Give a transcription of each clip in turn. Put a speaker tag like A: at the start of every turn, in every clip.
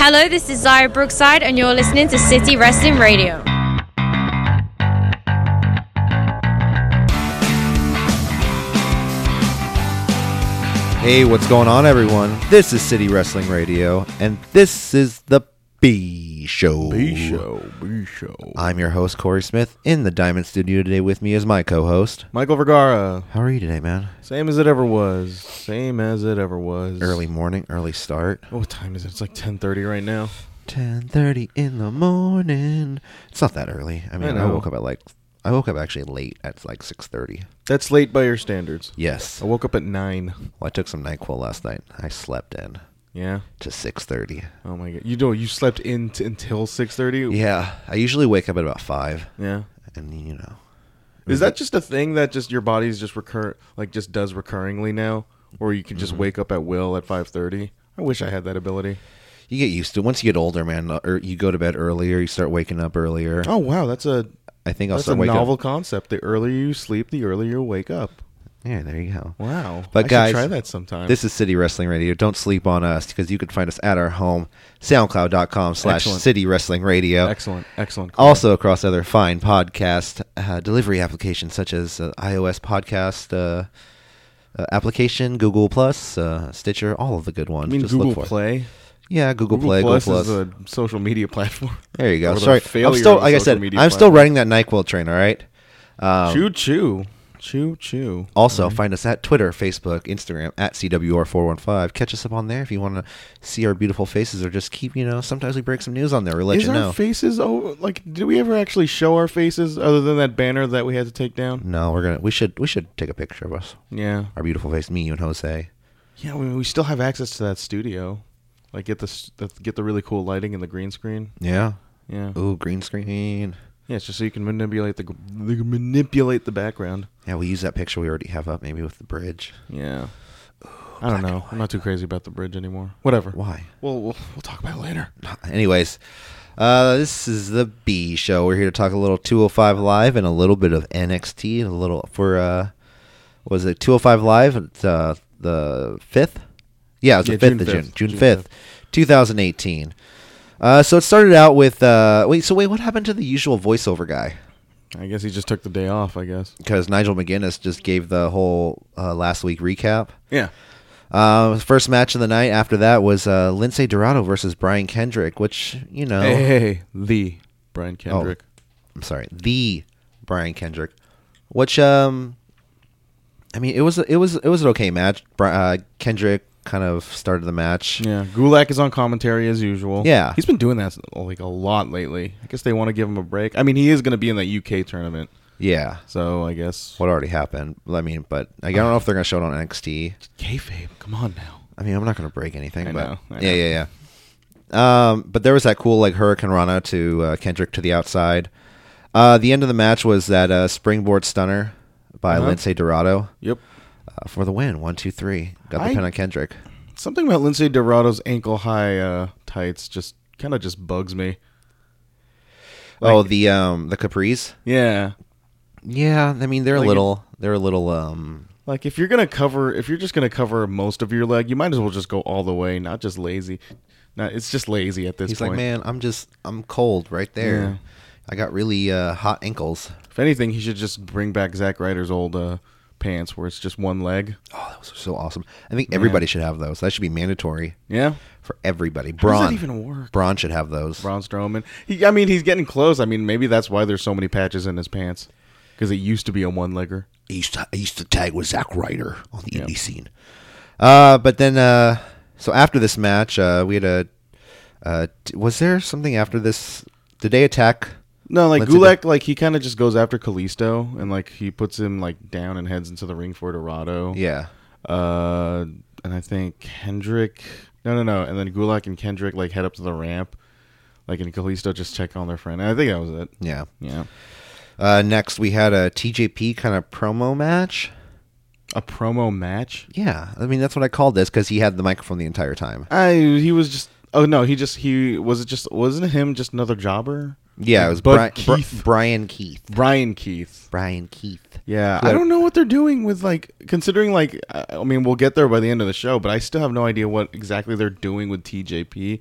A: Hello, this is Zara Brookside, and you're listening to City Wrestling Radio.
B: Hey, what's going on, everyone? This is City Wrestling Radio, and this is the B Show. oh,
C: B show.
B: I'm your host, Corey Smith. In the Diamond Studio today with me is my co host.
C: Michael Vergara.
B: How are you today, man?
C: Same as it ever was. Same as it ever was.
B: Early morning, early start.
C: What time is it? It's like 10:30 right now.
B: 10.30 in the morning. It's not that early. I mean, I,
C: know.
B: woke up at like, I woke up actually late at like 6.30.
C: That's late by your standards.
B: Yes.
C: I woke up at nine.
B: Well, I took some NyQuil last night. I slept in
C: Yeah.
B: to 6.30.
C: Oh my god. You know you slept in t- until 6:30.
B: Yeah, I usually wake up at about 5,
C: Yeah.
B: and you know.
C: Is that just a thing that just your body's just recur like just does recurringly now, or you can just
B: Mm-hmm.
C: wake up at will at 5:30? I wish I had that ability.
B: You get used to it. once you get older, man. Or you go to bed earlier. You start waking up earlier.
C: Oh wow, that's a
B: I think I'll
C: that's a
B: start waking
C: novel
B: up.
C: concept. The earlier you sleep, the earlier you wake up.
B: Yeah, there you go.
C: Wow.
B: But
C: I should
B: guys,
C: try that sometime.
B: This is City Wrestling Radio. Don't sleep on us because you can find us at our home, soundcloud.com slash
C: Excellent.
B: city wrestling radio.
C: excellent, excellent.
B: Also across other fine podcast uh, delivery applications such as uh, iOS podcast uh, uh, application, Google Plus, uh, Stitcher, all of the good ones.
C: I mean,
B: Just
C: Google
B: look for it.
C: Play.
B: Yeah, Google,
C: Google
B: Play,
C: Plus,
B: Google Plus.
C: is a social media platform.
B: there you go.
C: What a
B: Sorry, I'm
C: failure
B: still
C: of a
B: like I
C: social
B: said, I'm
C: media
B: still
C: platform.
B: running that Nyquil train. All right. Um,
C: choo choo, choo choo.
B: Also, find us at Twitter, Facebook, Instagram at CWR415. Catch us up on there if you want to see our beautiful faces or just keep, you know, sometimes we break some news on there or let
C: Is
B: you
C: our
B: know.
C: faces? Oh, like, did we ever actually show our faces other than that banner that we had to take down?
B: no, we're going to we should we should take a picture of us.
C: Yeah,
B: Our beautiful face, me, you and Jose.
C: yeah. We, we still have access to that studio. Like, get the s- the- get the really cool lighting and the green screen.
B: Yeah.
C: Yeah,
B: Ooh, green screen.
C: yeah. It's just so you can manipulate the, g- the manipulate the background.
B: Yeah, we use that picture we already have up maybe with the bridge.
C: Yeah. I don't know. I'm not too crazy about the bridge anymore. Whatever.
B: Why?
C: We'll we'll, we'll talk about it later.
B: Anyways, uh, this is the B show. We're here to talk a little 205 live and a little bit of NXT and a little for uh, what was it 205 live? It's, uh, the fifth. Yeah, it was
C: Yeah,
B: the
C: June
B: fifth of
C: 5th.
B: June, June
C: June
B: fifth, 2018. Uh, so it started out with uh, wait. So wait, what happened to the usual voiceover guy?
C: I guess he just took the day off. I guess.
B: Because Nigel McGuinness just gave the whole uh, last week recap.
C: Yeah.
B: Uh, first match of the night after that was uh, Lindsay Dorado versus Brian Kendrick, which you know.
C: Hey, hey, hey, the Brian Kendrick.
B: I'm sorry, the Brian Kendrick, which um, I mean it was it was it was an okay match. Bri- Uh, Kendrick kind of started the match.
C: Yeah, Gulak is on commentary as usual.
B: Yeah.
C: he's been doing that like a lot lately. I guess they want to give him a break. I mean, he is going to be in that UK tournament,
B: Yeah,
C: so I guess.
B: what already happened. I mean, but like, I don't know if they're gonna show it on NXT.
C: Kayfabe, come on now.
B: I mean, I'm not gonna break anything,
C: I
B: but
C: know, I
B: yeah,
C: know.
B: yeah, yeah. Um, but there was that cool like Hurricane Rana to uh, Kendrick to the outside. Uh, the end of the match was that uh, springboard stunner by
C: Uh-huh.
B: Lindsay Dorado
C: Yep.
B: uh, for the win. One, two, three. Got the
C: I-
B: pin on Kendrick.
C: Something about Lindsay Dorado's ankle high uh, tights just kind of just bugs me.
B: oh, the um the capris.
C: Yeah.
B: Yeah, I mean they're a
C: Like it-
B: little they're a little um
C: Like if you're gonna cover, if you're just gonna cover most of your leg, you might as well just go all the way. Not just lazy. Not it's just lazy at this
B: he's
C: point.
B: like, Man, I'm just I'm cold right there.
C: Yeah.
B: I got really uh hot ankles.
C: If anything, he should just bring back Zack Ryder's old uh, pants where it's just one leg.
B: Oh, that was so awesome. I think everybody should have those. That should be mandatory
C: Yeah.
B: for everybody. Braun
C: does that even work?
B: Braun should have those.
C: Braun Strowman. He, I mean, he's getting close. I mean, maybe that's why there's so many patches in his pants because it used to be a one legger.
B: He used to, he used to tag with Zack Ryder on the indie scene. Uh but then uh so after this match, uh we had a uh d- was there something after this did they attack
C: No, like
B: Let's see
C: Gulak, like he kind of just goes after Callisto and like he puts him like down and heads into the ring for Dorado.
B: Yeah.
C: Uh, and I think Kendrick. No, no, no. And then Gulak and Kendrick like head up to the ramp, like and Callisto just check on their friend. And I think that was it.
B: Yeah.
C: Yeah.
B: Uh, next, we had a TJP kind of promo match.
C: A promo match.
B: Yeah, I mean that's what I called this because he had the microphone the entire time.
C: I he was just oh no he just he was it just wasn't it him just another jobber
B: Yeah, it was
C: Bud
B: Bri- Bri-
C: Keith.
B: Brian Keith.
C: Brian Keith
B: Brian Keith.
C: yeah
B: Yeah.
C: I don't know what they're doing with like considering like I I mean we'll get there by the end of the show but I still have no idea what exactly they're doing with TJP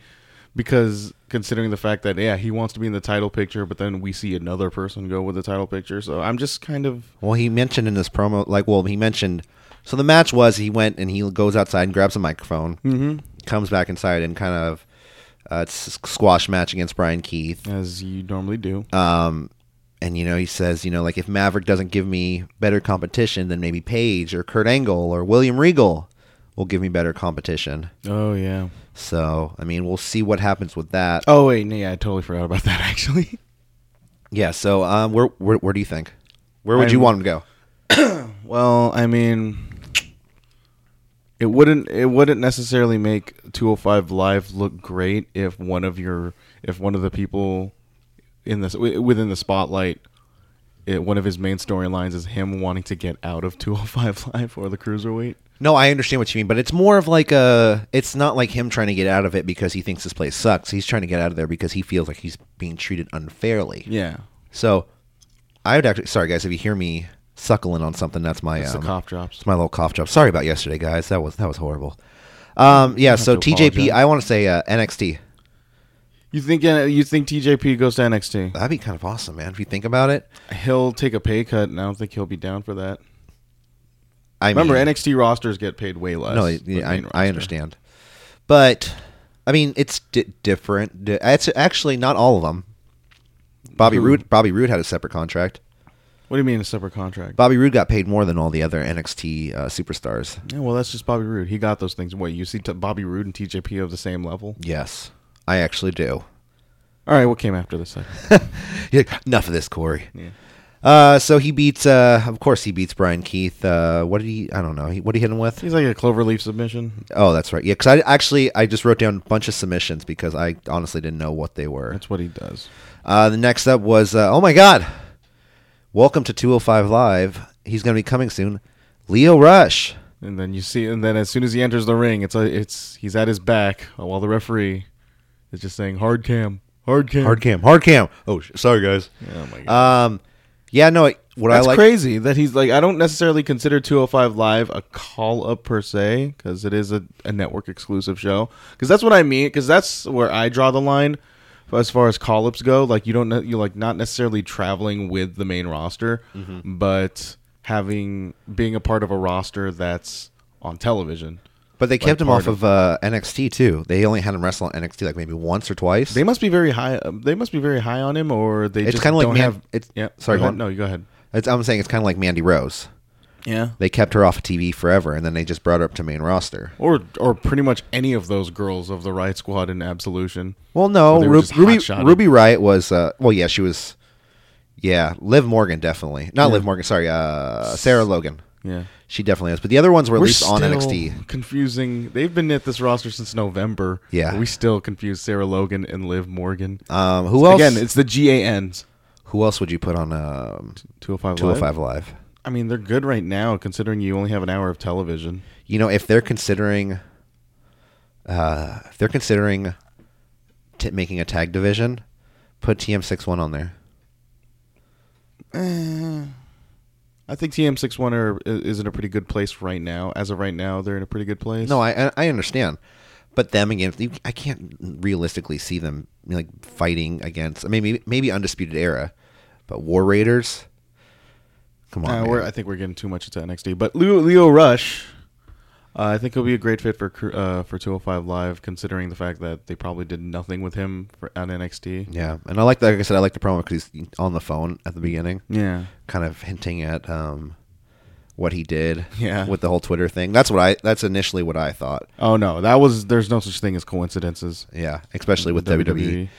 C: because considering the fact that yeah he wants to be in the title picture, but then we see another person go with the title picture. So I'm just kind of
B: Well, he mentioned in this promo, like, well, he mentioned. So the match was he went and he goes outside and grabs a microphone, comes back inside and kind of uh, it's a squash match against Brian Keith.
C: as you normally do.
B: And you know he says, you know, like if Maverick doesn't give me better competition, then maybe Paige or Kurt Angle or William Regal will give me better competition.
C: oh yeah.
B: So I mean, we'll see what happens with that.
C: Oh wait, no, yeah, I totally forgot about that actually.
B: Yeah. So um, where where, where do you think? Where would you want
C: I'm-
B: him to go?
C: Well, I mean, it wouldn't it wouldn't necessarily make 205 live look great if one of your if one of the people in this wi- within the spotlight it, one of his main storylines is him wanting to get out of 205 live or the cruiserweight.
B: No, I understand what you mean, but it's more of like a. It's not like him trying to get out of it because he thinks this place sucks. He's trying to get out of there because he feels like he's being treated unfairly.
C: Yeah.
B: So, I would actually. Sorry, guys, if you hear me suckling on something, that's my
C: It's
B: um,
C: the cough drops.
B: it's my little cough drop. Sorry about yesterday, guys. That was that was horrible. Um, yeah. So
C: to
B: TJP,
C: apologize.
B: I want to say uh, NXT.
C: You think uh, you think TJP goes to NXT?
B: That'd be kind of awesome, man. If you think about it,
C: He'll take a pay cut, and I don't think he'll be down for that.
B: I
C: Remember,
B: mean,
C: NXT rosters get paid way less.
B: No,
C: than
B: yeah, I, I
C: main roster.
B: understand, but I mean it's di- different. Di- It's actually not all of them. Bobby
C: Who?
B: Roode, Bobby Roode had a separate contract.
C: What do you mean a separate contract?
B: Bobby Roode got paid more than all the other NXT uh, superstars.
C: Yeah, well, that's just Bobby Roode. He got those things. What you see, t- Bobby Roode and TJP of the same level.
B: Yes, I actually do.
C: All right, what came after this? Second?
B: You're like, Enough of this, Corey.
C: Yeah.
B: Uh, so he beats. Uh, of course, he beats Brian Keith. Uh, what did he? I don't know. He, what did he hit him with?
C: He's like a cloverleaf submission.
B: Oh, that's right. Yeah, because I actually I just wrote down a bunch of submissions because I honestly didn't know what they were.
C: That's what he does.
B: Uh, the next up was, uh, oh my God, welcome to 205 Live. He's going to be coming soon. Leo Rush.
C: And then you see, and then as soon as he enters the ring, it's a, it's he's at his back while the referee is just saying hard cam, hard cam,
B: Hard cam, hard cam. Oh, sh- sorry, guys.
C: Oh my god.
B: Um, yeah, no, it- what
C: That's
B: I like.
C: crazy that he's like. I don't necessarily consider 205 Live a call up per se because it is a, a network exclusive show. Because that's what I mean. Because that's where I draw the line as far as call ups go. Like you don't you like not necessarily traveling with the main roster,
B: Mm-hmm.
C: but having being a part of a roster that's on television.
B: But they kept him
C: part
B: off of uh, NXT too. They only had him wrestle on NXT like maybe once or twice.
C: They must be very high. um, They must be very high on him, or they
B: It's
C: just
B: kinda like
C: don't
B: Man-
C: have.
B: it's-
C: yeah.
B: sorry,
C: go
B: go
C: ahead.
B: on.
C: No, you go ahead.
B: it's, I'm saying it's kind of like Mandy Rose.
C: Yeah.
B: They kept her off of TV forever, and then they just brought her up to main roster.
C: Or, or pretty much any of those girls of the Riot Squad in Absolution.
B: Well, no,
C: Or they were
B: Ru-
C: just
B: Ruby
C: hot-shotted.
B: Ruby Riot was. Uh, well, yeah, she was. Yeah, Liv Morgan definitely. Not Liv Morgan. Sorry, uh, Sarah Logan.
C: Yeah.
B: She definitely is. But the other ones were at least on NXT.
C: confusing. They've been at this roster since November.
B: Yeah.
C: we still confuse Sarah Logan and Liv Morgan.
B: Um, who else?
C: Again, it's the GANs.
B: who else would you put on um,
C: 205
B: 205
C: Live.
B: Live?
C: I mean, they're good right now considering you only have an hour of television.
B: You know, if they're considering, uh, if they're considering t- making a tag division, put TM61 on there. Eh.
C: I think TM61 are, i- oh is in a pretty good place right now. As of right now, they're in a pretty good place.
B: No, I I- I understand, but them against you, I can't realistically see them like fighting against. I mean, maybe maybe Undisputed Era, but War Raiders. Come on,
C: Uh,
B: man.
C: we're, I think we're getting too much into NXT. But Leo, Leo Rush, uh, I think he'll be a great fit for cru- uh, for 205 Live, considering the fact that they probably did nothing with him for, on NXT.
B: yeah. And I like that. Like I said, I like the promo because he's on the phone at the beginning.
C: Yeah.
B: kind of hinting at um, what he did
C: Yeah.
B: with the whole Twitter thing. That's what I. That's initially what I thought.
C: Oh no, that was. There's no such thing as coincidences.
B: Yeah, especially with WWE.
C: E.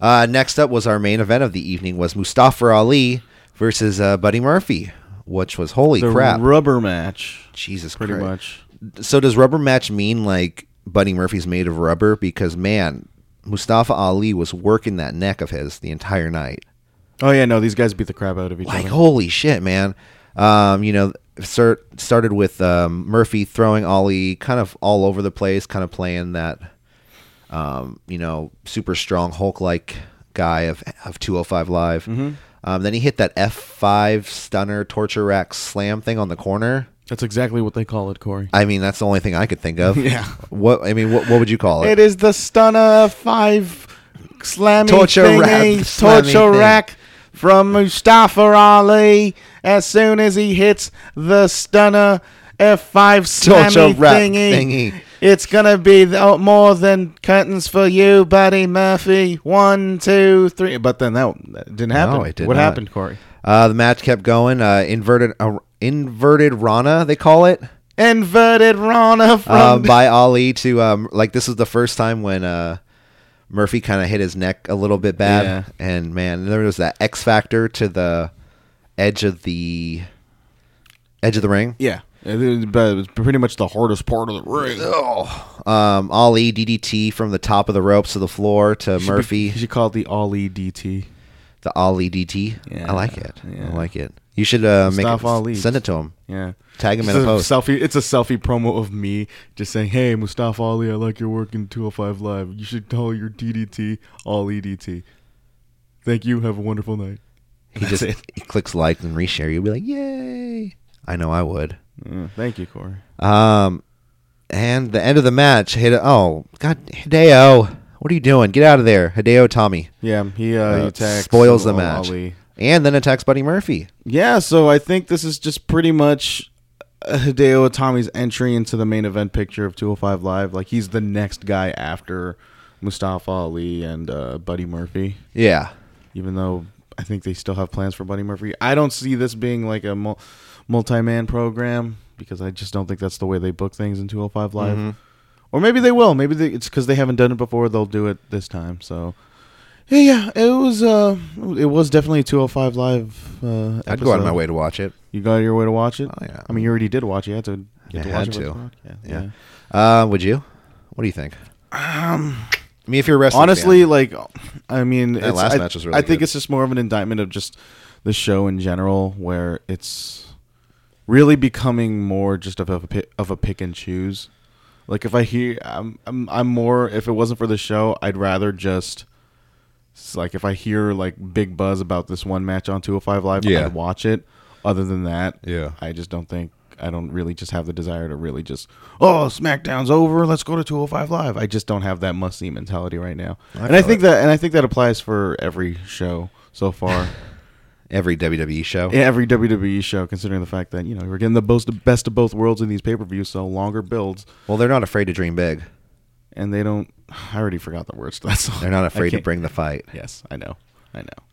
B: Uh, next up was our main event of the evening was Mustafa Ali versus uh, Buddy Murphy, which was holy
C: The
B: crap.
C: rubber match.
B: Jesus
C: Pretty
B: Christ.
C: much.
B: So does rubber match mean like Buddy Murphy's made of rubber? Because man, Mustafa Ali was working that neck of his the entire night.
C: Oh yeah, no, these guys beat the crap out of each
B: like
C: other.
B: holy shit, man. Um, you know, start, started with um, Murphy throwing Ollie kind of all over the place, kind of playing that, um, you know, super strong Hulk like guy of of 205 Live. Um, then he hit that F5 stunner torture rack slam thing on the corner.
C: That's exactly what they call it, Corey.
B: I mean, that's the only thing I could think of.
C: Yeah.
B: What I mean, what, what would you call it?
C: It is the stunner five slammy
B: Torture
C: thingy,
B: rack, slammy
C: torture
B: thing.
C: rack from Mustafa Ali. As soon as he hits the stunner F five slammy
B: Torture rack
C: thingy,
B: thingy.
C: it's gonna be th- oh, more than curtains for you, Buddy Murphy. One, two, three. But then that, that didn't happen.
B: it did
C: what
B: not.
C: happened, Corey?
B: Uh, the match kept going. Uh, inverted uh, inverted Rana, they call it,
C: Inverted Rana from
B: uh, by Ali to um, like this was the first time when uh, Murphy kind of hit his neck a little bit bad,
C: Yeah.
B: and man, there was that X factor to the edge of the edge of the ring.
C: yeah. It was, but it was pretty much the hardest part of the ring.
B: Oh, um, Ali DDT from the top of the ropes to the floor to Murphy.
C: You should call it the Ali DT.
B: the Ali DT.
C: Yeah,
B: I like it.
C: yeah.
B: I like it. You should uh, make
C: Mustafa
B: it,
C: Ali.
B: send it to him.
C: Yeah.
B: Tag him
C: It's
B: in a post.
C: selfie. It's a selfie promo of me just saying, "Hey, Mustafa Ali, I like your work in 205 Live. You should call your DDT Ali DT." E Thank you. Have a wonderful night.
B: He just
C: it.
B: he clicks like and reshare. You'll be like, yay! I know I would. Mm.
C: thank you, Corey.
B: Um, and the end of the match, Hideo. Oh God, Hideo, what are you doing? Get out of there, Hideo Tommy.
C: Yeah, he, uh,
B: Uh,
C: he attacks
B: spoils the
C: Al-
B: match,
C: Ali.
B: and then attacks Buddy Murphy.
C: Yeah, so I think this is just pretty much uh, Hideo Itami's entry into the main event picture of 205 Live. Like he's the next guy after Mustafa Ali and uh, Buddy Murphy.
B: Yeah,
C: even though I think they still have plans for Buddy Murphy. I don't see this being like a mul- multi-man program because I just don't think that's the way they book things in 205 Live.
B: Mm-hmm.
C: Or maybe they will. Maybe they, it's because they haven't done it before. They'll do it this time. So yeah, yeah, it was uh, it was definitely a 205 Live. Uh,
B: I'd go out of
C: episode.
B: my way to watch it.
C: You got your way to watch it.
B: Oh, yeah.
C: I mean, you already did watch it. You had to. You
B: I
C: had to
B: had
C: watch it
B: to.
C: for the podcast.
B: Yeah.
C: yeah.
B: Uh, would you? What do you think? Um, I mean, if you're a wrestling
C: honestly
B: fan-
C: like i mean it's,
B: last
C: I,
B: match was really
C: I think
B: good.
C: it's just more of an indictment of just the show in general where it's really becoming more just of a pi- of a pick and choose like if i hear i'm i'm, I'm more if it wasn't for the show i'd rather just it's like if i hear like big buzz about this one match on 205 live
B: Yeah.
C: i'd watch it other than that
B: Yeah.
C: i just don't think I don't really just have the desire to really just oh SmackDown's over, let's go to 205 Live. I just don't have that must see mentality right now, and I
B: feel
C: think that and I think that applies for every show so far,
B: every WWE show.
C: Yeah, every WWE show. Considering the fact that you know we're getting the most best of both worlds in these pay per views, so longer builds,
B: Well, they're not afraid to dream big.
C: and they don't. I already forgot the words. to that song.
B: They're not
C: I
B: afraid to
C: can't-
B: bring the fight.
C: Yes, I know. I know.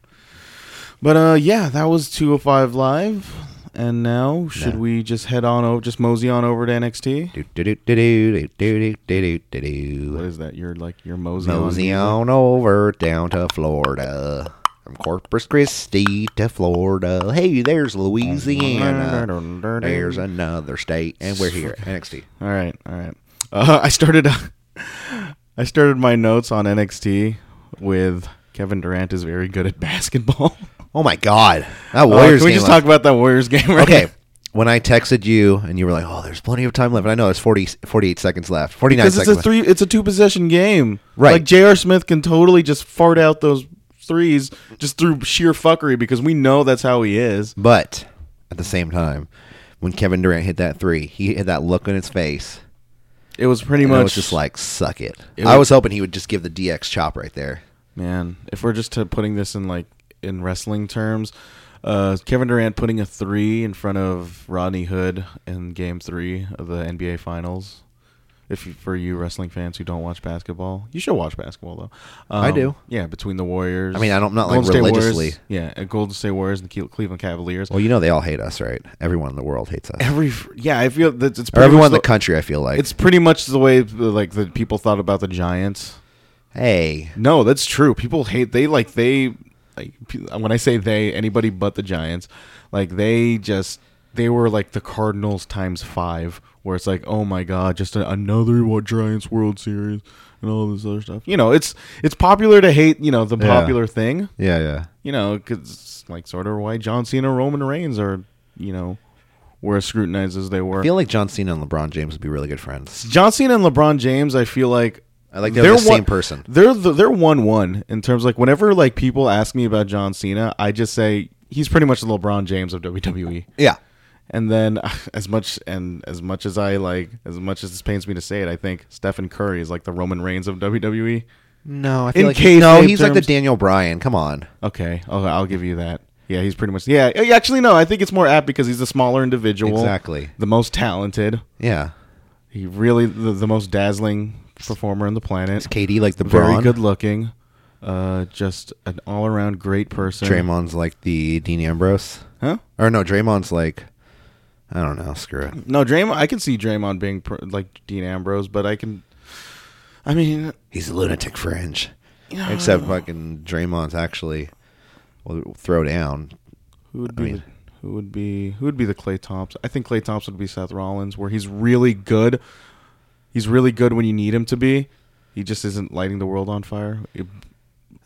C: But uh yeah, that was 205 live. And now should
B: Yeah.
C: we just head on over just mosey on over to NXT?
B: Do do do do do do do do do
C: What
B: do.
C: is that? You're like you're mosey,
B: Mosey
C: on.
B: on over down to Florida. From Corpus Christi to Florida. Hey, there's Louisiana. There's another state, and we're here at NXT.
C: All right, all right. Uh, I started uh, I started my notes on NXT with Kevin Durant is very good at basketball.
B: Oh my God, that
C: Uh,
B: Warriors
C: can we
B: game.
C: just
B: last-
C: talk about that Warriors game right
B: okay, when I texted you and you were like, "Oh, there's plenty of time left," and I know there's 40, 48 seconds left, forty nine
C: Because
B: seconds.
C: it's a
B: left.
C: three, it's a two possession game.
B: Right.
C: Like J.R. Smith can totally just fart out those threes just through sheer fuckery because we know that's how he is.
B: But at the same time, when Kevin Durant hit that three, he had that look on his face.
C: It was pretty
B: And
C: much
B: I was just like, suck it.
C: It
B: I
C: was-
B: was hoping he would just give the DX chop right there.
C: man. If we're just to putting this in like in wrestling terms, uh, Kevin Durant putting a three in front of Rodney Hood in Game Three of the NBA Finals. If you, for you wrestling fans who don't watch basketball, you should watch basketball though. Um,
B: I do.
C: Yeah, between the Warriors.
B: I mean, I don't- not, like, religiously.
C: Warriors, yeah, uh, Golden State Warriors and the Cle- Cleveland Cavaliers.
B: Well, you know they all hate us, right? Everyone in the world hates us.
C: every yeah, I feel that it's
B: Or
C: pretty
B: everyone
C: much
B: in the country, I feel like.
C: It's pretty much the way the, like the people thought about the Giants.
B: hey.
C: No, that's true. People hate they like they like pe- when I say they anybody but the Giants, like they just they were like the Cardinals times 5 where it's like, "Oh my god, just a, another what Giants World Series and all this other stuff." You know, it's it's popular to hate, you know, the
B: Yeah.
C: popular thing,
B: Yeah, yeah.
C: you know, cuz like sort of why John Cena and Roman Reigns are, you know, were as scrutinized as they were.
B: I feel like John Cena and LeBron James would be really good friends.
C: John Cena and LeBron James, I feel like
B: I like they're the same person.
C: They're the, they're one one in terms like whenever like people ask me about John Cena, I just say he's pretty much the LeBron James of WWE.
B: Yeah.
C: E. And then as much and as much as I like as much as this pains me to say it, I think Stephen Curry is like the Roman Reigns of E. WWE.
B: No, I
C: In
B: feel like
C: kayfabe
B: no. He's like the
C: terms-
B: Daniel Bryan. Come on.
C: Okay, okay, I'll give you that. Yeah, he's pretty much. Yeah, yeah, actually, no. I think it's more apt because he's a smaller individual,
B: Exactly.
C: the most talented.
B: Yeah.
C: He really the, the most dazzling performer on the planet.
B: Is KD like the
C: Very
B: Braun?
C: good looking, uh, just an all around great person.
B: Draymond's like the Dean Ambrose.
C: huh?
B: Or no, Draymond's like I don't know. Screw it.
C: No, Draymond. I can see Draymond being pr- like Dean Ambrose, but I can. I mean,
B: He's a lunatic fringe. Except fucking Draymond's actually will throw down.
C: who would
B: I
C: be?
B: mean-
C: the, who would be? Who would be the Clay Thompson? I think Clay Thompson would be Seth Rollins, where he's really good. He's really good when you need him to be. He just isn't lighting the world on fire. It-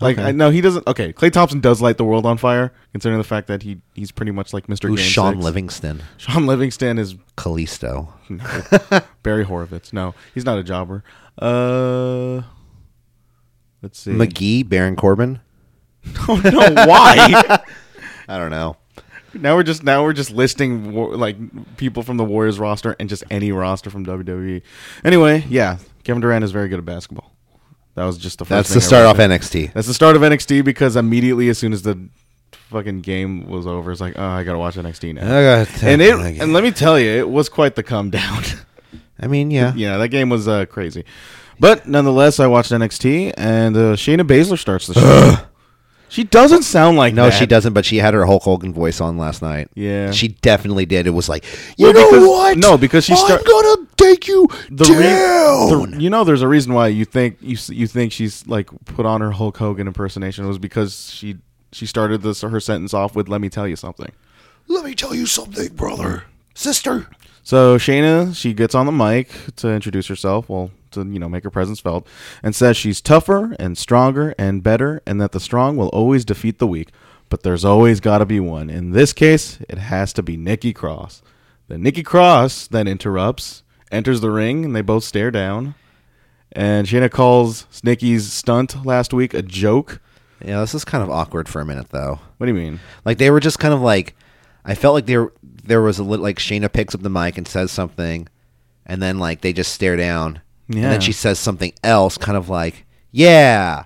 C: like
B: Okay.
C: I no, he doesn't. Okay, Clay Thompson does light the world on fire, considering the fact that he he's pretty much like Mr.
B: Who's
C: Game
B: Sean
C: Six.
B: Livingston?
C: Sean Livingston is
B: Kalisto.
C: No. Barry Horovitz. No, he's not a jobber. Uh, let's see.
B: McGee, Baron Corbin.
C: oh no, why?
B: I don't know.
C: now we're just now we're just listing war, like people from the Warriors roster and just any roster from WWE. Anyway, yeah, Kevin Durant is very good at basketball. That was just the first.
B: That's
C: thing
B: the
C: I
B: start
C: wrote
B: off
C: down.
B: NXT.
C: That's the start of NXT because immediately as soon as the fucking game was over, it's like oh I gotta watch NXT now.
B: Uh,
C: and it and let me tell you, it was quite the come down.
B: I mean, yeah.
C: yeah, that game was uh, crazy. But nonetheless, I watched NXT, and uh, Shayna Baszler starts the show. she doesn't sound like
B: No,
C: that.
B: she doesn't. But she had her Hulk Hogan voice on last night.
C: Yeah.
B: she definitely did. It was like, you know
C: Well, because-
B: what?
C: no, because she start-
B: I'm gonna take you
C: The re-
B: down.
C: the- you know, there's a reason why you think you s- you think she's like put on her Hulk Hogan impersonation was because she she started this her sentence off with "Let me tell you something."
B: Let me tell you something, brother, sister.
C: So Shayna, she gets on the mic to introduce herself, well, to you know make her presence felt, and says she's tougher and stronger and better, and that the strong will always defeat the weak, but there's always got to be one. In this case, it has to be Nikki Cross. Then Nikki Cross then interrupts, enters the ring, and they both stare down. And Shayna calls Nikki's stunt last week a joke.
B: Yeah, this is kind of awkward for a minute though.
C: What do you mean?
B: Like they were just kind of like, I felt like there there was a little like Shayna picks up the mic and says something, and then like they just stare down, and
C: Yeah.
B: then she says something else, kind of like, yeah,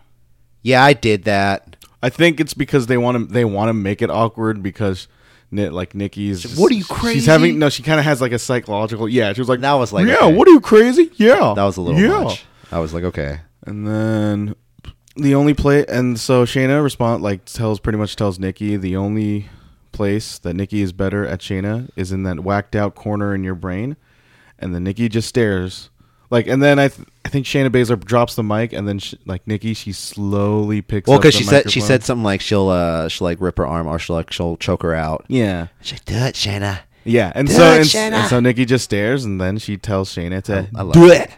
B: yeah, I did that.
C: I think it's because they want to they want to make it awkward because Ni- like Nikki's
B: What are you
C: She's
B: crazy?
C: having no. She kind of has like a psychological. Yeah, she was like
B: That was like,
C: yeah.
B: okay.
C: What are you crazy? Yeah,
B: That was a little
C: yeah.
B: much. I was like, okay,
C: And then the only play and so Shayna respond like tells pretty much tells Nikki the only place that Nikki is better at Shayna is in that whacked out corner in your brain, and then Nikki just stares. Like and then I, th- I think Shayna Baszler drops the mic and then sh- like Nikki she slowly picks.
B: well,
C: up the
B: because she said she
C: microphone.
B: said something like she'll uh she'll like rip her arm or she'll like she'll choke her out.
C: yeah
B: She's like, do it, Shayna.
C: Yeah, and
B: Do
C: so
B: it,
C: and, s-
B: Shayna.
C: and so Nikki just stares, and then she tells Shayna to
B: I love
C: do
B: it.
C: it.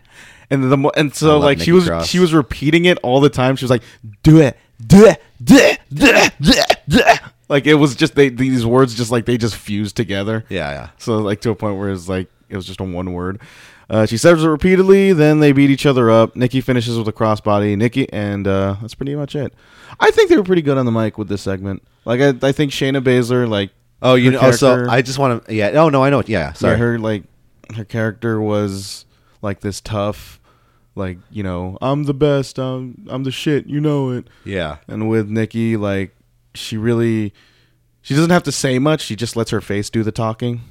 C: And the mo- and so
B: love
C: like
B: Nikki
C: she was
B: Cross.
C: she was repeating it all the time. She was like, "Do it, do it, do it, do it, do it, do it." Like it was just they these words just like they just fused together.
B: Yeah, yeah.
C: So like to a point where it's like it was just a one word. Uh, she says it repeatedly. Then they beat each other up. Nikki finishes with a crossbody. Nikki and uh, that's pretty much it. I think they were pretty good on the mic with this segment. Like I, I think Shayna Baszler like
B: Oh, you
C: her
B: know. oh, so
C: character-
B: I just want to. Yeah. Oh no, I know. Yeah. Sorry.
C: yeah, her like her character was like this tough, like you know, I'm the best, I'm I'm the shit, you know it.
B: yeah.
C: And with Nikki, like she really, she doesn't have to say much. She just lets her face do the talking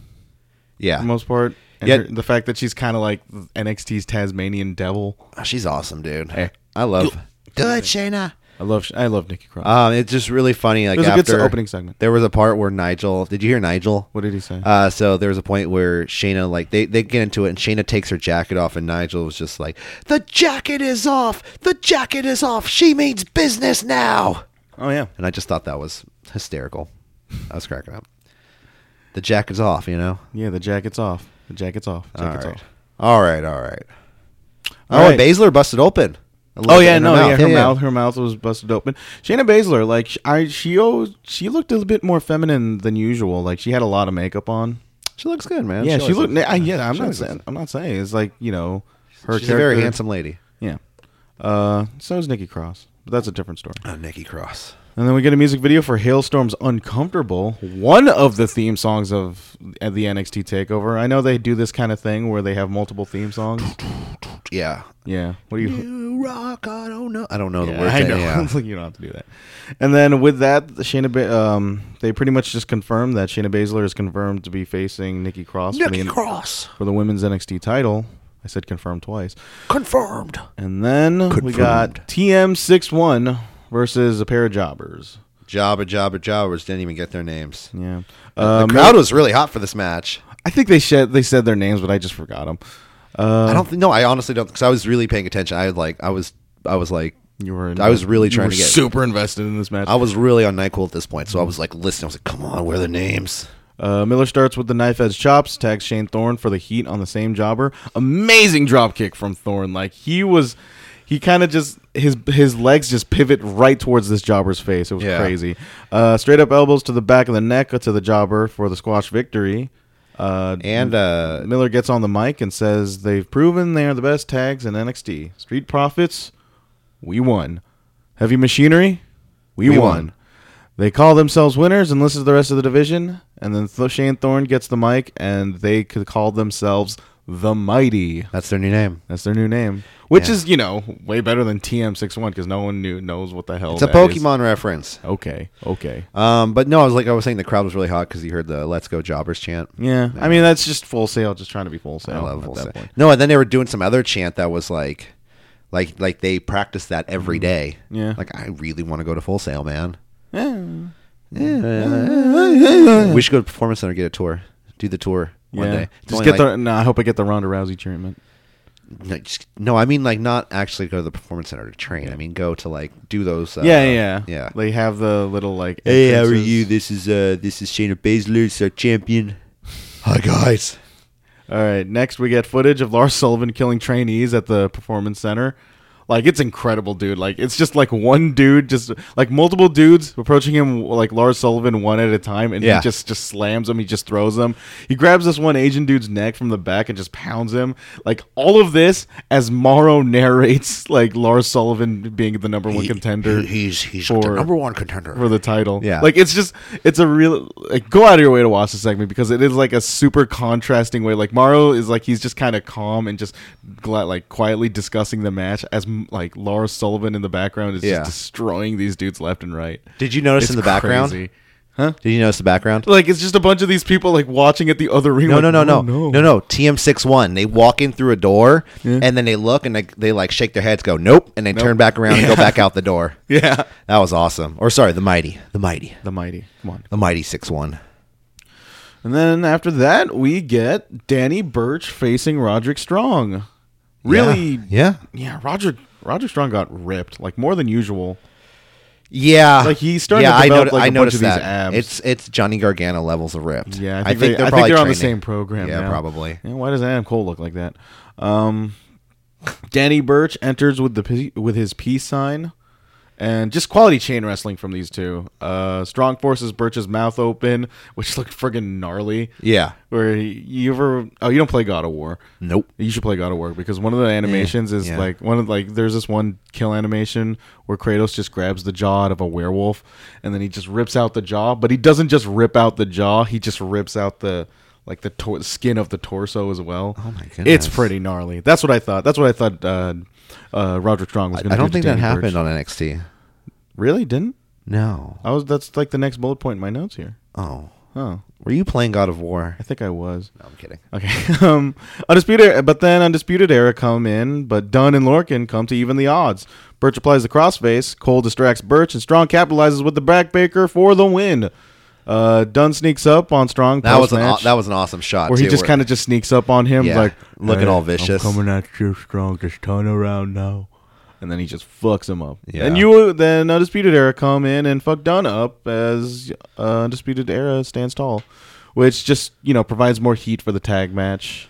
B: Yeah.
C: for the most part. And
B: Yeah.
C: her- the fact that she's kind of like NXT's Tasmanian Devil.
B: Oh, she's awesome, dude.
C: Hey.
B: I love. Do it, Shayna.
C: I love I love Nikki Cross.
B: Um, it's just really funny. Like
C: There's a good
B: after
C: opening segment.
B: there was a part where Nigel. Did you hear Nigel?
C: what did he say?
B: Uh, so there was a point where Shayna, like they, they get into it, and Shayna takes her jacket off, and Nigel was just like, "The jacket is off. The jacket is off. She means business now."
C: oh yeah,
B: And I just thought that was hysterical. I was cracking up. The jacket's off, you know.
C: yeah. The jacket's off. The jacket's off.
B: All
C: Jacket's
B: right.
C: off.
B: all right, all right.
C: All
B: oh, and
C: right.
B: Baszler busted open. A little
C: Oh
B: bit
C: yeah,
B: in
C: no, yeah, her
B: Yeah, yeah.
C: mouth, her mouth was busted open. Shayna Baszler, like sh- I, she oh, she looked a little bit more feminine than usual. Like she had a lot of makeup on.
B: She looks good, man.
C: Yeah, she,
B: always
C: looked.
B: looks
C: I,
B: good.
C: yeah, I'm
B: She
C: not
B: always
C: saying.
B: looks-
C: I'm not saying it's like you know her
B: She's a very
C: character-
B: handsome lady.
C: Yeah. Uh, so is Nikki Cross. But that's a different story.
B: Uh, Nikki Cross.
C: And then we get a music video for Hailstorm's Uncomfortable, one of the theme songs of at the NXT Takeover. I know they do this kind of thing where they have multiple theme songs.
B: Yeah.
C: Yeah. What do you
B: You rock. I don't know. I don't know the
C: Yeah,
B: words.
C: I know.
B: Yeah.
C: Like, you don't have to do that. And then with that, Shayna ba- um they pretty much just confirmed that Shayna Baszler is confirmed to be facing Nikki Cross for the
B: Cross
C: for the women's NXT title. I said confirmed twice.
B: confirmed.
C: And then we got TM61 versus a pair of jobbers.
B: Jobber, jobber, jobbers didn't even get their names.
C: Yeah. Uh,
B: the crowd was really hot for this match.
C: I think they said they said their names, but I just forgot them. Uh,
B: I don't. Th- no, I honestly don't. Because I was really paying attention. I had like. I was. I was like.
C: you were.
B: I was really
C: you
B: trying
C: were
B: to get-
C: super invested in this match.
B: I was really on Nyquil at this point, so I was like listening. I was like, "Come on, where are the names?"
C: Uh, Miller starts with the knife edge chops, tags Shane Thorne for the heat on the same jobber. Amazing drop kick from Thorne. Like he was, he kind of just his his legs just pivot right towards this jobber's face. It was
B: Yeah.
C: crazy. Uh, straight up elbows to the back of the neck uh, to the jobber for the squash victory. Uh,
B: And uh,
C: Miller gets on the mic and says they've proven they are the best tags in NXT. Street Profits, we won. Heavy Machinery, we,
B: We
C: won.
B: won.
C: They call themselves winners and listen to the rest of the division. And then Th- Shane Thorne gets the mic and they could call themselves the Mighty.
B: that's their new name.
C: That's their new name, which
B: Yeah.
C: is you know way better than TM61 because no one knew knows what the hell.
B: It's a
C: that is.
B: Pokemon reference.
C: Okay, okay.
B: Um, but no, I was like I was saying, the crowd was really hot because you heard the "Let's Go Jobbers" chant.
C: Yeah, I mean that's just full sale, just trying to be full
B: I
C: sale.
B: love
C: at
B: Full
C: that
B: Sail.
C: point.
B: No, and then they were doing some other chant that was like, like, like they practice that every day.
C: Mm-hmm. Yeah.
B: Like I really want to go to Full Sail, man.
C: Yeah.
B: we should go to Performance Center get a tour. Do the tour one
C: Yeah.
B: day. It's
C: Just
B: only,
C: get
B: like-
C: the. No, I hope I get the Ronda Rousey treatment.
B: No, just, no, I mean like not actually go to the Performance Center to train. I mean go to like do those. Uh,
C: yeah, yeah,
B: yeah.
C: They have the little like. entrances.
B: This is uh this is Shayna Baszler, it's our champion. Hi guys.
C: All right. Next, we get footage of Lars Sullivan killing trainees at the performance center. Like it's incredible, dude. Like it's just like one dude, just like multiple dudes approaching him, like Lars Sullivan, one at a time, and
B: Yeah.
C: he just just slams him. He just throws him. He grabs this one Asian dude's neck from the back and just pounds him. Like all of this as Morrow narrates, like Lars Sullivan being the number one
B: He-
C: contender.
B: he- he's he's the
C: for-
B: number one contender.
C: for the title.
B: Yeah.
C: like it's just it's a real like go out of your way to watch the segment because it is like a super contrasting way. Like Mario is like he's just kind of calm and just gla- like quietly discussing the match as m- like Laura Sullivan in the background is
B: Yeah.
C: just destroying these dudes left and right.
B: Did you notice
C: It's
B: in the background?
C: crazy.
B: Did you notice the background?
C: Like it's just a bunch of these people like watching at the other ring.
B: No,
C: like,
B: no, no, no,
C: "Oh,
B: no, no, no. TM six one. They walk in through a door and then they look and they, they like shake their heads, go nope, and they turn back around and go back out the door.
C: Yeah,
B: That was awesome. Or sorry, the mighty, the mighty,
C: the mighty. Come on.
B: the mighty six one.
C: And then after that, we get Danny Birch facing Roderick Strong. Really,
B: Yeah.
C: yeah, Roger Roger Strong got ripped like more than usual.
B: Yeah,
C: Like, he started to
B: I
C: develop,
B: noti-
C: like,
B: I
C: a bunch
B: noticed
C: of these
B: that.
C: abs.
B: It's it's Johnny Gargano levels of ripped.
C: Yeah, I think, they, I think they're on the same program.
B: Yeah,
C: now.
B: probably.
C: Yeah, why does Adam Cole look like that? Um, Danny Birch enters with the p- with his peace sign, and just quality chain wrestling from these two. Uh, Strong forces Birch's mouth open, which looked friggin' gnarly.
B: Yeah.
C: Where he, you ever? Oh, you don't play God of War.
B: Nope.
C: You should play God of War because one of the animations is
B: yeah.
C: like one of like there's this one kill animation where Kratos just grabs the jaw out of a werewolf and then he just rips out the jaw, but he doesn't just rip out the jaw, he just rips out the like the tor- skin of the torso as well. Oh
B: my
C: It's
B: goodness.
C: pretty gnarly. That's what I thought. That's what I thought uh, uh, Roger Strong was going to
B: I
C: do.
B: don't
C: to
B: think that
C: Danny
B: happened
C: Burch.
B: on NXT.
C: Really? Didn't?
B: No.
C: I was that's like the next bullet point in my notes here.
B: Oh,
C: Oh,
B: were you playing God of War?
C: I think I was.
B: No, I'm kidding.
C: Okay. Um, Undisputed, but then Undisputed Era come in, but Dunn and Lorkin come to even the odds. Birch applies the crossface. Cole distracts Birch, and Strong capitalizes with the backbreaker for the win. Uh, Dunn sneaks up on Strong.
B: That was an au-
C: post-match,
B: that was an awesome shot.
C: where he
B: too,
C: just kind of just sneaks up on him,
B: Yeah,
C: like
B: looking all vicious."
C: I'm coming at you, Strong. Just turn around now. And then he just fucks him up.
B: Yeah.
C: And you then Undisputed Era come in and fuck Dunn up as uh, Undisputed Era stands tall, which just you know provides more heat for the tag match.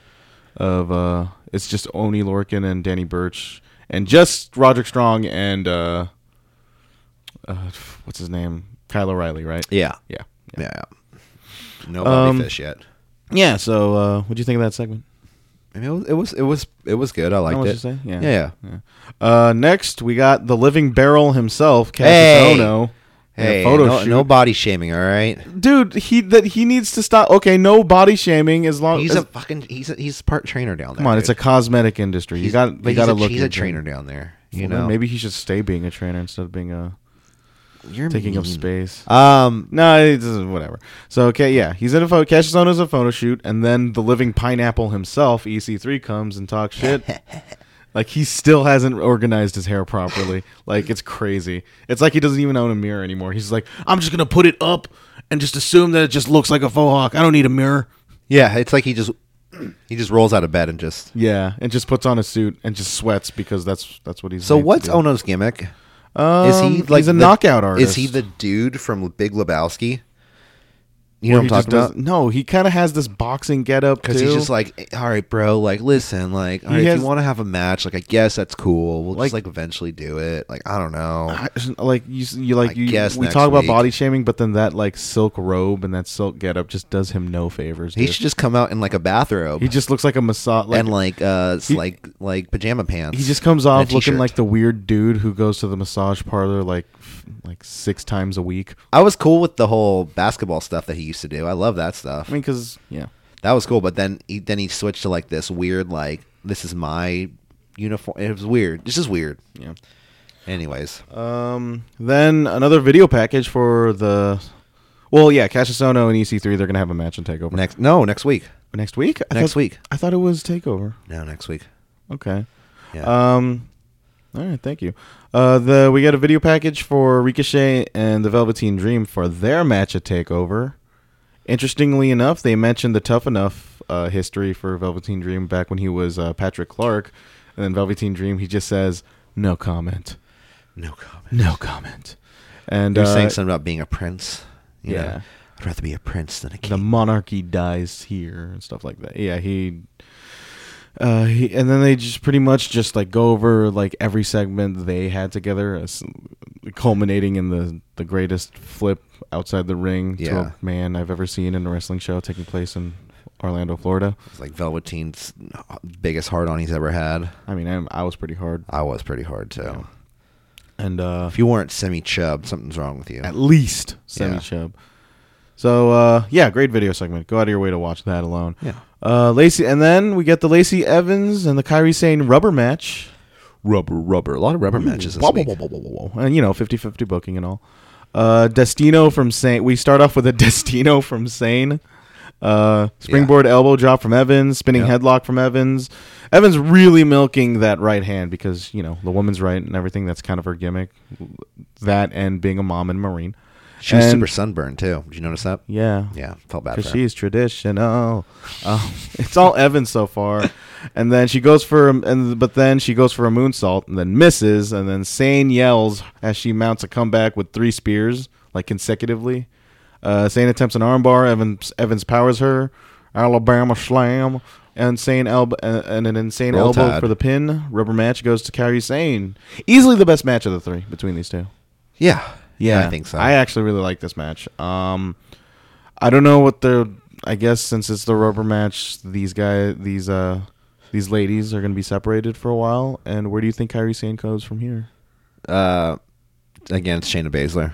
C: Of uh, it's just Oni Lorkin and Danny Birch and just Roderick Strong and uh, uh, what's his name, Kyle O'Reilly, right?
B: yeah.
C: Yeah. Yeah.
B: Yeah. yeah. No bobby
C: Um,
B: fish yet.
C: Yeah, so uh, what do you think of that segment?
B: I mean, it was it was it was, it was good. I liked
C: what
B: it.
C: you say? Yeah.
B: Yeah. yeah.
C: Yeah. Uh, next, we got the Living Barrel himself, Cassius
B: Hey.
C: Ohno. in a
B: Hey,
C: photo
B: no,
C: shoot.
B: no body shaming. All right.
C: dude, he that he needs to stop. Okay, no body shaming as long
B: He's
C: as
B: a fucking he's a, he's part trainer down there.
C: Oh, come on, it's a
B: dude.
C: cosmetic industry. You
B: He's-
C: got
B: but
C: you got to
B: he's a,
C: look.
B: He's a
C: into it.
B: trainer down there. You
C: Well, then
B: know,
C: maybe he should stay being a trainer instead of being a
B: you're
C: taking up
B: mean.
C: space.
B: Mm-hmm. Um,
C: No, it doesn't. Whatever. So okay, yeah, he's in a photo. Cassius Ohno's a photo shoot, and then the living pineapple himself, EC3, comes and talks shit. like he still hasn't organized his hair properly. Like it's crazy. It's like he doesn't even own a mirror anymore. He's like, I'm just gonna put it up and just assume that it just looks like a faux hawk. I don't need a mirror.
B: yeah, it's like he just he just rolls out of bed and just.
C: Yeah, and just puts on a suit and just sweats because that's that's what he's.
B: So
C: made to
B: what's
C: do.
B: Ono's gimmick?
C: Um,
B: is he like
C: he's a
B: the-
C: knockout artist?
B: Is he the dude from Big Lebowski? You know what I'm
C: He just
B: talking about?
C: does- No, he kind of has this boxing getup
B: Because
C: because
B: he's just like, "Eh, all right, bro, like, listen, like, all right, if
C: has-
B: you want to have a match, like, I guess that's cool. We'll
C: Like-
B: just, like, eventually do it. Like, I don't know.
C: I- like you, s- you
B: I
C: like you.
B: guess
C: we
B: next
C: talk about
B: week.
C: body shaming, but then that like silk robe and that silk getup just does him no favors.
B: he
C: dude.
B: should just come out in, like, a bathrobe
C: he just looks like a massage. Like,
B: and, like, uh, s-
C: He-
B: like, like pajama pants.
C: he just comes
B: and a
C: off looking
B: t-shirt.
C: like the weird dude who goes to the massage parlor like f- like six times a week.
B: I was cool with the whole basketball stuff that he used to do. I love that stuff.
C: I mean, because yeah,
B: that was cool. But then he, then he switched to, like, this weird, like, this is my uniform. It was weird. This is weird.
C: yeah.
B: Anyways.
C: Um, then another video package for the. Well, yeah, Cassius Ohno and EC3, they're going to have a match and takeover.
B: Next, no, next week.
C: next week? I
B: Next
C: thought-
B: week.
C: I thought it was takeover.
B: No, next week.
C: Okay.
B: Yeah.
C: Um, all right, thank you. Uh, the we got a video package for Ricochet and the Velveteen Dream for their match at Takeover. Interestingly enough, they mentioned the tough enough uh, history for Velveteen Dream back when he was uh, Patrick Clark, and then Velveteen Dream he just says no comment,
B: no comment.
C: no comment, and
B: You're
C: uh,
B: saying something about being a prince. You
C: yeah.
B: Know, I'd rather be a prince than a king.
C: the monarchy dies here and stuff like that. Yeah, he. Uh, he, and then they just pretty much just like go over like every segment they had together, as- culminating in the the greatest flip outside the ring to
B: Yeah.
C: a man I've ever seen in a wrestling show taking place in Orlando, Florida.
B: It's like Velveteen's biggest hard on he's ever had.
C: I mean, I, I was pretty hard,
B: I was pretty hard too.
C: and uh,
B: If you weren't semi chub, something's wrong with you.
C: at least semi chub. So uh, yeah, great video segment. Go out of your way to watch that alone.
B: Yeah.
C: Uh, Lacey, and then we get the Lacey Evans and the Kyrie Sane rubber match.
B: Rubber, rubber. A lot of rubber matches this
C: Wah, wah,
B: week.
C: wah, wah, wah, wah. And Uh, you know, 50-50 booking and all. Uh, Destino from Sane. We start off with a Destino from Sane. Uh, springboard elbow drop from Evans, spinning
B: Yep.
C: headlock from Evans. Evans really milking that right hand because you know the woman's right and everything. That's kind of her gimmick. That and being a mom and marine.
B: She was
C: And-
B: super sunburned too. Did you notice that?
C: Yeah,
B: Yeah, felt bad for
C: because
B: her.
C: she's traditional. Um, it's all Evan so far, and then she goes for a- and but then she goes for a moonsault and then misses, and then Sane yells as she mounts a comeback with three spears like consecutively. Uh, Sane attempts an armbar. Evans Evans powers her Alabama slam. Insane elbow uh, and an insane
B: Roll
C: elbow
B: Tide.
C: for the pin. Rubber match goes to Kyrie Sane. Easily the best match of the three between these two.
B: Yeah,
C: Yeah,
B: I uh, think so.
C: I actually really like this match. Um, I don't know what the. I guess since it's the rubber match, these guys, these uh, these ladies are going to be separated for a while. And where do you think Kyrie Sane goes from here?
B: uh, against Shayna Baszler.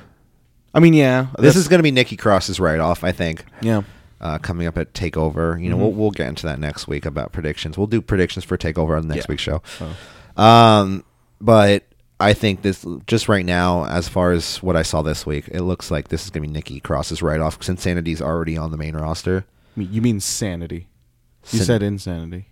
C: I mean, yeah,
B: This
C: that's-
B: is going to be Nikki Cross's write off, I think.
C: yeah.
B: Uh, coming up at Takeover, you know,
C: Mm-hmm.
B: we'll, we'll get into that next week about predictions. We'll do predictions for Takeover on next
C: Yeah.
B: week's show.
C: Oh.
B: Um, but I think this just right now, as far as what I saw this week, it looks like this is going to be Nikki Cross's write off since Sanity's already on the main roster.
C: I mean, You mean sanity? You
B: San-
C: said insanity.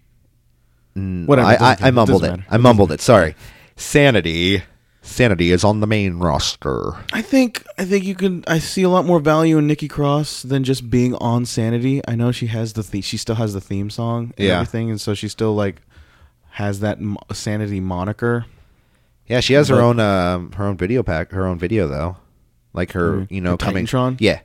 B: Mm,
C: Whatever,
B: I,
C: it doesn't
B: I,
C: matter.
B: I
C: It
B: mumbled
C: doesn't
B: it.
C: matter. It
B: I
C: doesn't
B: mumbled it. Sorry. Sanity. Sanity is on the main roster.
C: I think I think you can. I see a lot more value in Nikki Cross than just being on Sanity. I know she has the, the she still has the theme song and
B: Yeah.
C: everything, and so she still like has that mo- Sanity moniker.
B: Yeah, she has her
C: But-
B: own um, her own video pack, her own video though, like her
C: Mhm.
B: you know
C: Her
B: coming.
C: Titantron?
B: Yeah,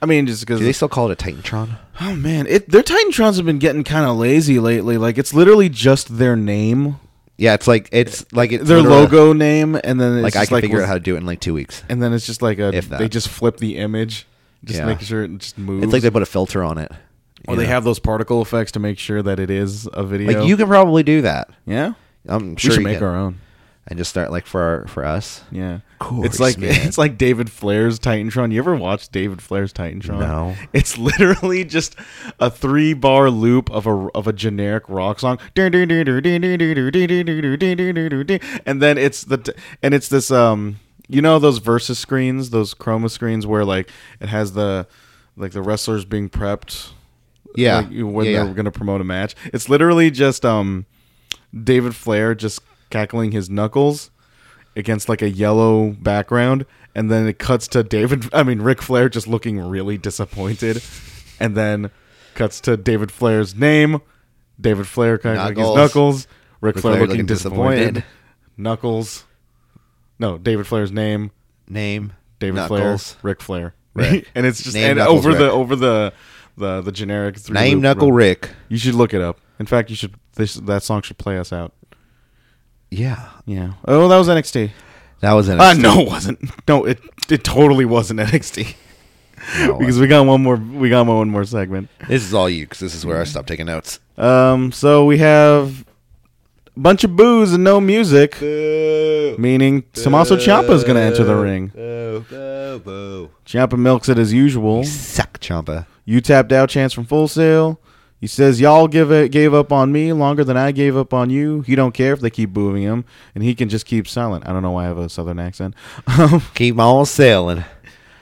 C: I mean, just because
B: do they still call it a Titantron?
C: Oh man, it their Titantrons have been getting kind of lazy lately. Like it's literally just their name,
B: Yeah, it's like it's like it's
C: their
B: literally-
C: logo name, and then it's
B: Like I
C: just
B: can
C: like
B: figure
C: with-
B: out how to do it in like two weeks.
C: and then it's just like a
B: If that.
C: they just flip the image, just
B: Yeah.
C: make sure it just moves.
B: It's like they put a filter on it.
C: Or they have those particle effects to make sure that it is a video.
B: Like you can probably do that.
C: yeah.
B: I'm
C: we
B: sure
C: should
B: you
C: make
B: can.
C: our own.
B: and just start like for our, for us.
C: Yeah,
B: course,
C: it's like
B: man.
C: it's like David Flair's Titantron. You ever watch David Flair's Titantron?
B: No.
C: It's literally just a three bar loop of a of a generic rock song, and then it's the t- and it's this um you know those versus screens, those chroma screens where like it has the like the wrestlers being prepped
B: Yeah,
C: like, when
B: yeah,
C: they're
B: yeah.
C: going to promote a match. It's literally just um, David Flair just cackling his knuckles against like a yellow background, and then it cuts to David. I mean, Ric Flair just looking really disappointed, and then cuts to David Flair's name. David Flair cackling
B: Knuckles.
C: his knuckles. Ric,
B: Ric
C: Flair,
B: Flair
C: looking,
B: looking
C: disappointed.
B: disappointed.
C: Knuckles. No, David Flair's name.
B: Name
C: David
B: Knuckles.
C: Flair. Ric Flair.
B: Rick.
C: and it's just
B: Name
C: and
B: Knuckles
C: over
B: Rick.
C: the over the the the generic three
B: Name
C: loop
B: Knuckle
C: run.
B: Rick.
C: You should look it up. In fact, you should. This that song should play us out.
B: Yeah,
C: Yeah. Oh, that was NXT.
B: that was an.
C: Uh, no, it wasn't. No, it it totally wasn't NXT.
B: No,
C: because we got one more. We got one more segment.
B: this is all you because this is where I stopped taking notes.
C: Um. So we have a bunch of boos and no music, meaning Tommaso Ciampa is going to enter the ring.
B: Boo, boo, boo.
C: Ciampa milks it as usual.
B: Suck, Champa.
C: You tapped out chance from Full Sail. He says, "Y'all give it, gave up on me longer than I gave up on you." He don't care if they keep booing him, and he can just keep silent. I don't know why I have a southern accent. Um,
B: Keep on sailing.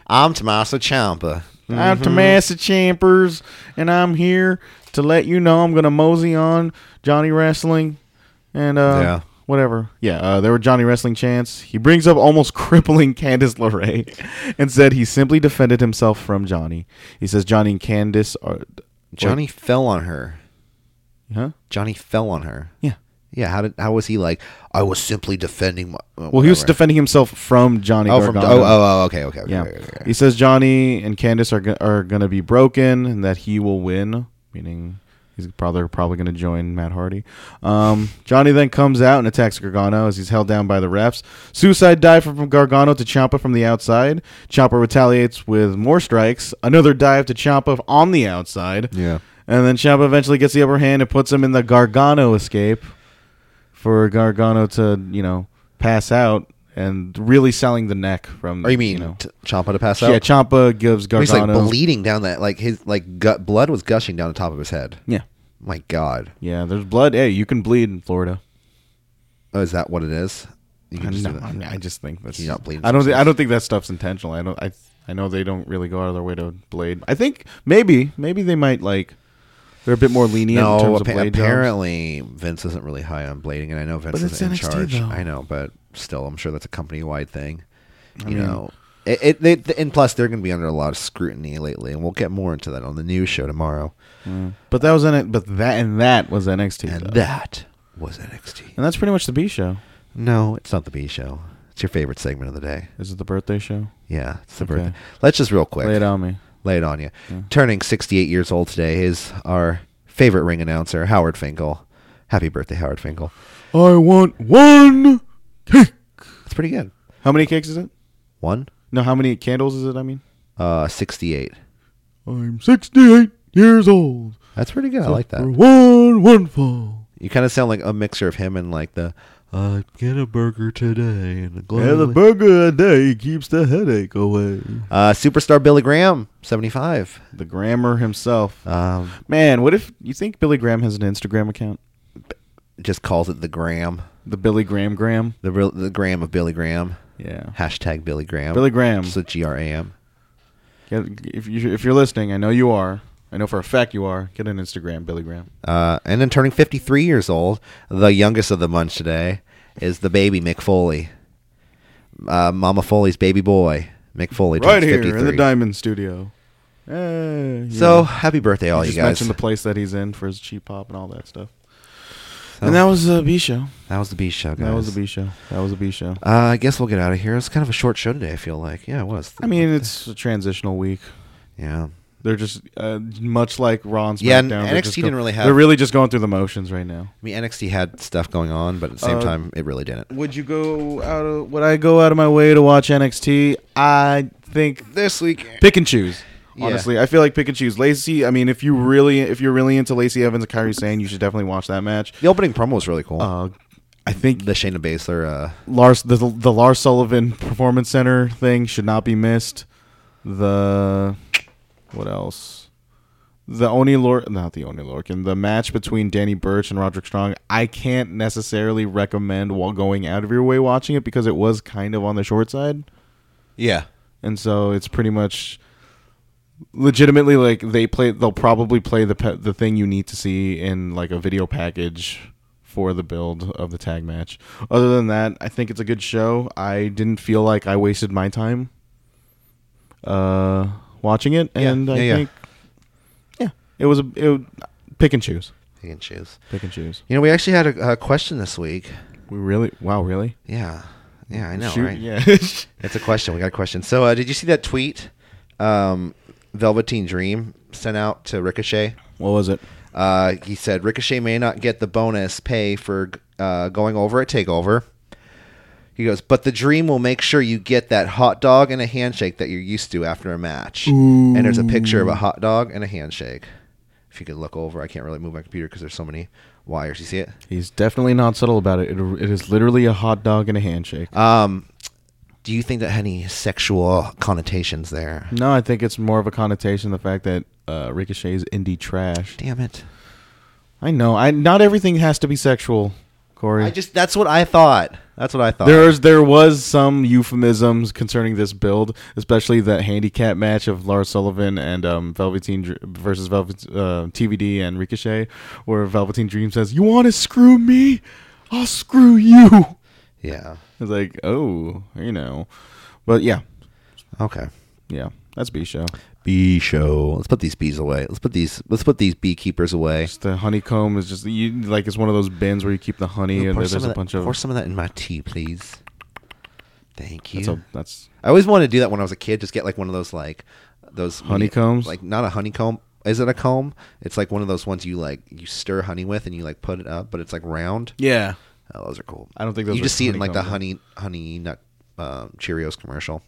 B: I'm Tommaso Champa.
C: I'm
B: Mm-hmm.
C: Tomasa Champers, and I'm here to let you know I'm gonna mosey on Johnny Wrestling, and uh,
B: Yeah.
C: whatever. Yeah, uh, there were Johnny Wrestling chants. He brings up almost crippling Candice LeRae, and said he simply defended himself from Johnny. He says Johnny and Candice are
B: Johnny fell on her.
C: huh?
B: Johnny fell on her.
C: Yeah.
B: Yeah, how did how was he like? I was simply defending my. uh,
C: Well, he was defending himself from Johnny.
B: Oh, from
C: Gargano.
B: oh, oh, oh, okay, okay, okay.
C: yeah.
B: okay, okay.
C: He says Johnny and Candice are go- are gonna be broken, and that he will win, meaning he's probably probably gonna join Matt Hardy. Um, Johnny then comes out and attacks Gargano as he's held down by the refs. Suicide dive from, from Gargano to Ciampa from the outside. Ciampa retaliates with more strikes. Another dive to Ciampa on the outside.
B: Yeah.
C: And then Ciampa eventually gets the upper hand and puts him in the Gargano escape for Gargano to, you know, pass out and really selling the neck from.
B: Oh, you mean
C: know.
B: t- Champa to pass out?
C: yeah, Ciampa gives
B: He's like
C: Gargano.
B: bleeding down that, like his like gut blood was gushing down the top of his head.
C: yeah.
B: My God,
C: Yeah, there's blood. Hey, you can bleed in Florida.
B: oh, is that what it is? You
C: I,
B: can just
C: know,
B: do that.
C: I mean, I just think that's.
B: You not bleed in
C: I don't. Think,
B: places.
C: I don't think that stuff's intentional. I don't. I. I know they don't really go out of their way to blade. I think maybe maybe they might like. They're a bit more lenient in
B: no,
C: terms
B: appa-
C: of blade jobs.
B: apparently Vince isn't really high on blading, and I know Vince
C: it's
B: isn't in
C: NXT
B: charge.
C: though.
B: I know, but still, I'm sure that's a company wide thing. You know, it, it, they th- and plus they're going to be under a lot of scrutiny lately, and we'll get more into that on the news show tomorrow.
C: But that was in it. But that and that was NXT.
B: And
C: though.
B: that was NXT.
C: and that's pretty much the B show.
B: No, it's not the B show. It's your favorite segment of the day.
C: Is it the birthday show?
B: Yeah, it's the
C: Okay.
B: birthday. Let's just real quick
C: Lay it on me.
B: lay it on you. Turning 68 years old today is our favorite ring announcer, Howard Finkel. Happy birthday, Howard Finkel.
C: I want one cake.
B: It's pretty good.
C: How many cakes is it?
B: One,
C: No, how many candles is it? I mean,
B: uh, 68.
C: I'm 68 years old.
B: That's pretty good. I like
C: For
B: that.
C: one one fall.
B: You kind of sound like a mixture of him and like the uh, get a burger today and a
C: And the
B: gladly-
C: burger a day keeps the headache away.
B: uh, superstar Billy Graham, 75.
C: The grammar himself.
B: Um,
C: Man, what if you think Billy Graham has an Instagram account?
B: just calls it the Graham,
C: The Billy Graham Graham.
B: the real, the Graham of Billy Graham.
C: Yeah.
B: Hashtag Billy Graham.
C: Billy Graham.
B: So G R A M.
C: Get- If you if you're listening, I know you are. I know for a fact you are. Get an Instagram, Billy Graham.
B: Uh, and then turning 53 years old, the youngest of the bunch today, is the baby Mick Foley. Uh, Mama Foley's baby boy, Mick Foley.
C: right
B: turns
C: here
B: 53.
C: in the Diamond Studio. Hey, you
B: So
C: know.
B: happy birthday, all you
C: just
B: guys.
C: mentioned the place that he's in for his cheap pop and all that stuff. And that was a B show.
B: that was the B show, guys.
C: That was a B show. That was a B show.
B: Uh, I guess we'll get out of here. It's kind of a short show today. I feel like, yeah, it was.
C: I mean, it's a transitional week.
B: yeah,
C: They're just uh, much like Raw and SmackDown.
B: Yeah, and
C: they're
B: NXT
C: just
B: didn't really have-
C: They're really just going through the motions right now.
B: I mean NXT had stuff going on, but at the same
C: Uh,
B: time, it really didn't.
C: Would you go out? Of, would I go out of my way to watch NXT? I think
B: This week,
C: pick and choose.
B: Yeah.
C: Honestly, I feel like pick and choose. Lacey. I meey if you really, if you're really into Lacey Evans and Kyrie Sane, you should definitely watch that match.
B: The opening promo was really cool.
C: Uh, I think
B: the Shayna Baszler. Uh,
C: Lars the the Lars Sullivan Performance Center thing should not be missed. The what else? The Oni Lor not the Oni Lorcan, the match between Danny Burch and Roderick Strong. I can't necessarily recommend while going out of your way watching it because it was kind of on the short side,
B: yeah.
C: and so it's pretty much legitimately like they play. They'll probably play the pe- the thing you need to see in like a video package for the build of the tag match. Other than that, I think it's a good show. I didn't feel like I wasted my time uh watching it
B: Yeah,
C: and I
B: yeah, yeah.
C: think yeah, it was a it was- pick and choose.
B: You can choose.
C: Pick and choose.
B: You know, we actually had a, a question this week.
C: We really wow, really?
B: Yeah. Yeah, I know,
C: Shoot,
B: right?
C: Yeah.
B: It's a question. We got a question. So, uh, did you see that tweet um, Velveteen Dream sent out to Ricochet?
C: what was it?
B: Uh, he said Ricochet may not get the bonus pay for uh, going over at Takeover. He goes, but the dream will make sure you get that hot dog and a handshake that you're used to after a match. And there's a picture of a hot dog and a handshake. If you could look over, I can't really move my computer because there's so many wires. You see it?
C: He's definitely not subtle about it. It, it is literally a hot dog and a handshake.
B: Um, do you think that had any sexual connotations there?
C: no, I think it's more of a connotation the fact that uh, Ricochet is indie trash.
B: Damn it!
C: I know. I not everything has to be sexual, Corey.
B: I just that's what I thought. That's what I thought.
C: There's there was some euphemisms concerning this build, especially that handicap match of Lars Sullivan and um, Velveteen Dr- versus Velvet uh, TVD and Ricochet, where Velveteen Dream says, "You want to screw me? I'll screw you."
B: yeah.
C: It's like, oh, you know, but yeah,
B: Okay.
C: yeah, that's B show.
B: Bee show. Let's put these bees away. Let's put these. Let's put these beekeepers away.
C: Just the honeycomb is just you like it's one of those bins where you keep the honey and
B: pour,
C: there's
B: some
C: a
B: of that,
C: bunch of.
B: pour some of that in my tea, please. Thank you.
C: that's, a, that's
B: I always wanted to do that when I was a kid. Just get like one of those like those
C: Honeycombs?
B: Like not a honeycomb. Is it a comb? It's like one of those ones you like you stir honey with and you like put it up, but it's like round.
C: yeah.
B: Oh, those are cool.
C: I don't think those
B: you
C: are
B: just see it in like the honey
C: honeycombs,
B: honey nut um, Cheerios commercial.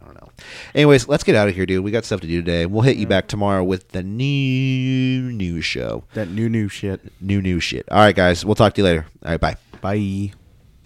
B: I don't know. Anyways, let's get out of here, dude. We got stuff to do today. We'll hit you back tomorrow with the new new show,
C: That new new shit.
B: new new shit. All right, guys. We'll talk to you later. All right, bye.
C: Bye.